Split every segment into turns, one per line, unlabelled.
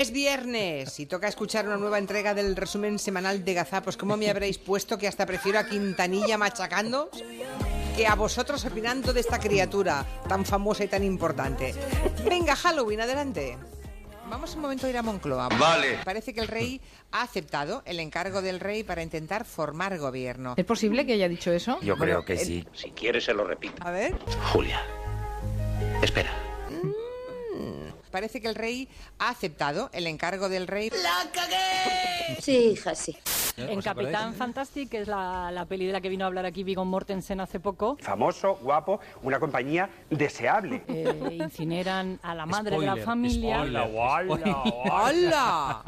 Es viernes y toca escuchar una nueva entrega del resumen semanal de Gazapos. ¿Cómo me habréis puesto que hasta prefiero a Quintanilla machacando que a vosotros opinando de esta criatura tan famosa y tan importante? Venga, Halloween, adelante. Vamos un momento a ir a Moncloa.
Vale.
Parece que el rey ha aceptado el encargo del rey para intentar formar gobierno.
¿Es posible que haya dicho eso?
Yo
Bueno,
creo que
el-
sí.
Si quieres, se lo repito.
A ver.
Julia, espera.
Parece que el rey ha aceptado el encargo del rey.
Sí, hija, sí.
En Capitán Fantastic, que es la, la peli de la que vino a hablar aquí Viggo Mortensen hace poco,
famoso, guapo, una compañía deseable.
eh, incineran a la madre de la familia. Este,
¡Hala!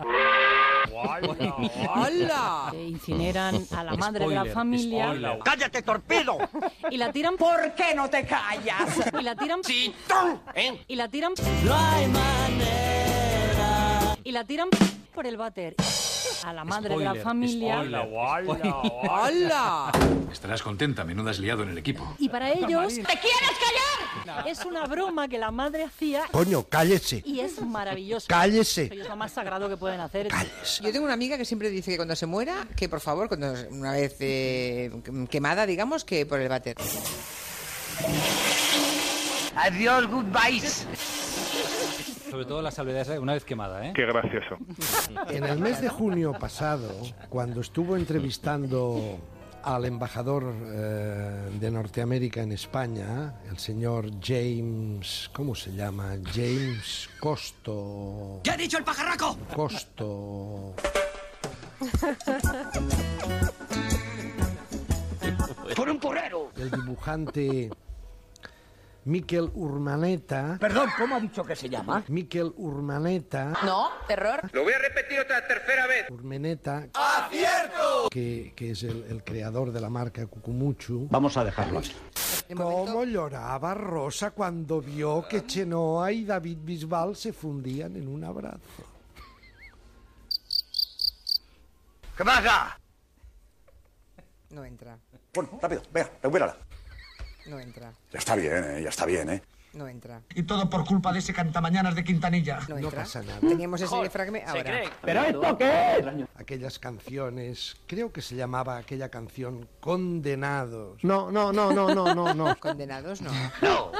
¡Hala!
eh, incineran a la madre de la familia
¡Cállate, torpedo!
y la tiran ¿Por qué no te callas? Y la tiran
¿eh?
y la tiran Y la tiran por el váter a la madre de la familia
¡Hala!
Estarás contenta, menuda has liado en el equipo.
y para ellos ¿Te quieres callar? Es una broma que la madre hacía
Coño, cállese.
y es maravilloso.
Cállese.
Es lo más sagrado que pueden hacer.
Yo tengo una amiga que siempre dice que cuando se muera, que por favor, cuando una vez eh, quemada, digamos, que por el váter.
Adiós, goodbye.
Sobre todo la salvedad esa, una vez quemada, ¿eh?
Qué gracioso.
En el mes de junio pasado, cuando estuvo entrevistando al embajador eh, de Norteamérica en España, el señor James, ¿cómo se llama? James Costo.
¡Ya ha dicho el pajarraco!
Costo.
¡Por un porrero!
El dibujante Miquel Urmaneta.
Perdón, ¿cómo ha dicho que se llama?
Miquel Urmaneta.
No, terror.
Lo voy a repetir otra tercera vez.
Urmeneta. Que, que es el, el creador de la marca Cucumuchu.
Vamos a dejarlo así.
De momento-
¿Cómo lloraba Rosa cuando vio que Chenoa y David Bisbal se fundían en un abrazo?
¡Que pasa?
No entra,
Bueno, rápido, venga, recupérala.
no entra,
Ya está bien, ¿eh? ya está bien, ¿eh?
no entra,
Y todo por culpa de ese cantamañanas de Quintanilla.
no entra.
pasa nada.
Teníamos ese fragmento ahora.
Aquellas canciones, creo que se llamaba aquella canción Condenados. No, no, no, no, no, no, no.
Condenados no.
No,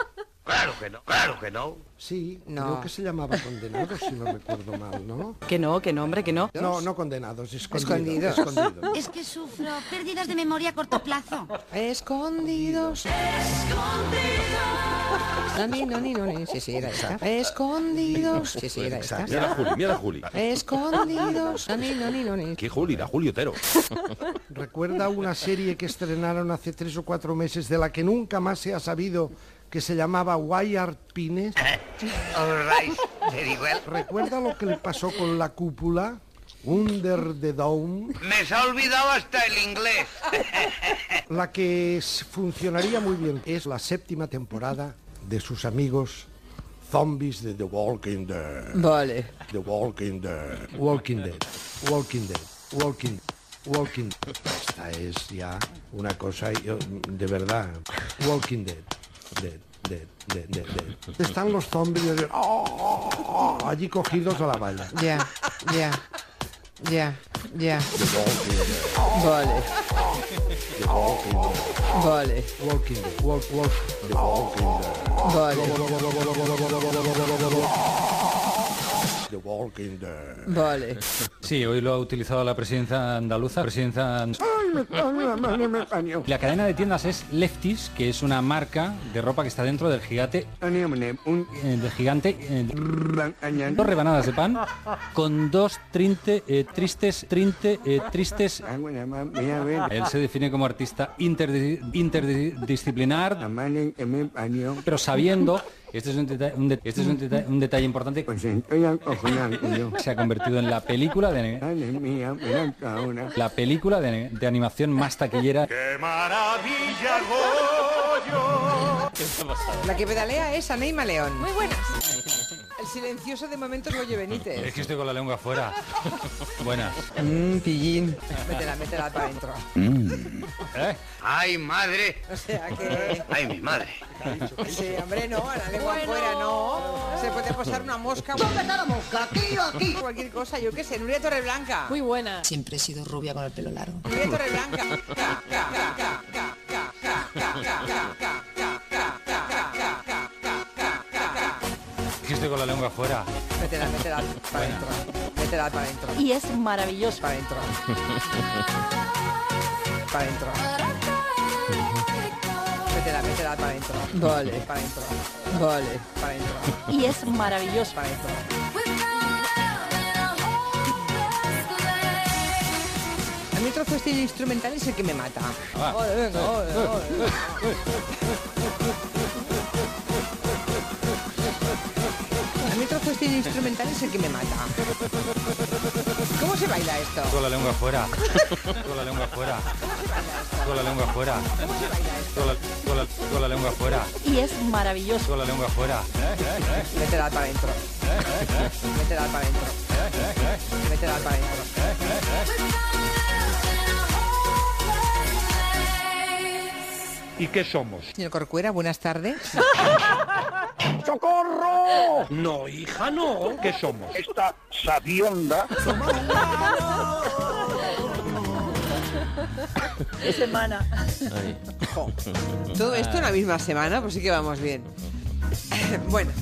claro que no, claro que no.
Sí,
No.
creo que se llamaba Condenados, si no recuerdo mal, ¿no?
Que no, que no, hombre, que no.
No, no Condenados, escondido.
Escondidos.
escondido.
Es que sufro pérdidas de memoria a corto plazo.
Escondidos. No, ni, no, ni, no, ni. Sí, sí, era esta. Escondidos. Sí,
pues
sí, era esta.
Mira la Juli, mira la Juli.
Escondidos. No, ni, no, ni, no, ni.
¿Qué Juli? La Juli Otero.
¿Recuerda una serie que estrenaron hace tres o cuatro meses de la que nunca más se ha sabido que se llamaba Wire Pines?
All right, very well.
¿Recuerda lo que le pasó con la cúpula? Under the Dome,
Me se ha olvidado hasta el inglés.
la que es- funcionaría muy bien es la séptima temporada de sus amigos zombies de The Walking Dead.
Vale.
The Walking Dead. Walking Dead. Walking Dead. Walking Walking Esta es ya una cosa yo, de verdad. Walking Dead. Dead. Dead. Dead. Dead. dead. Están los zombies de- ¡Oh! oh, oh, allí cogidos a la valla.
Ya, ya, ya, ya. Vale. Vale,
Walking Dead. Walk, walk, The Walking Dead.
vale,
The Walking Dead.
vale.
Sí, hoy lo ha utilizado la presidencia andaluza, presidencia... an- La cadena de tiendas es Lefties, que es una marca de ropa que está dentro del gigante, eh, del gigante, eh, dos rebanadas de pan con dos trinte, eh, tristes, trinte, eh, tristes. Él se define como artista interdi- interdisciplinar, pero sabiendo, este es un detalle, un de- este es un detalle, un detalle importante, se ha convertido en la película de la película de, de animación más taquillera
¡Qué maravilla, Goyo!
La que pedalea es Aneima León. Muy
buenas.
El silencioso de momento es Goyo Benítez.
Es que estoy con la lengua afuera. Buenas.
Mmm, pillín.
Métela, métela para adentro.
¿Eh?
¡Ay, madre!
O sea que...
¡Ay, mi madre!
Sí, hombre, no, a la lengua afuera no. Se puede posar una mosca.
¿Dónde está la mosca? Aquí o aquí.
Cualquier cosa, yo qué sé, Nuria Torreblanca.
Muy buena.
Siempre he sido rubia con el pelo largo.
Nuria Torreblanca. Ca, ca, ca, ca, ca, ca, ca, ca, ca, ca, ca, ca, ca, ca, ca, ca.
Es que estoy con la lengua afuera.
Métela, métela para adentro. Métela para adentro.
Y es maravilloso.
Para adentro. Para adentro. Métela, métela para adentro.
Vale.
Para adentro.
Vale.
Para adentro.
Y es maravilloso.
Para adentro. A mí el trozo este instrumental es el que me mata.
Ah.
Ole, venga, ole, ole. A mí el trozo este instrumental es el que me mata. ¿Cómo se baila esto?
Con la lengua afuera. Con la lengua afuera. Con la lengua afuera. Con la, con la- con la lengua afuera.
Y es maravilloso.
Con la lengua afuera. Eh, eh, eh.
Métela para adentro. Métela para adentro. Métela para adentro.
¿Y qué somos?
Señor Corcuera, buenas tardes.
¡Socorro! No, hija, no. ¿Qué somos? Esta sabionda.
Semana.
Todo esto en la misma semana, pues sí que vamos bien. bueno,